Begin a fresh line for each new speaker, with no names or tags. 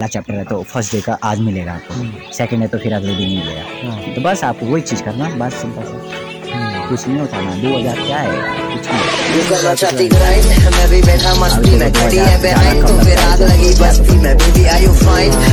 पहला चैप्टर है तो फर्स्ट डे का आज मिलेगा आपको सेकंड है तो फिर अगले दिन मिलेगा तो बस आपको वही चीज़ करना बस सिंपल सा कुछ नहीं उठाना दो हज़ार क्या है कुछ
ये करना चाहती
नहीं
ग्राइंड मैं भी बैठा मस्ती में घड़ी है बेराइन तो फिर आग लगी बस्ती में बेबी आई यू फाइन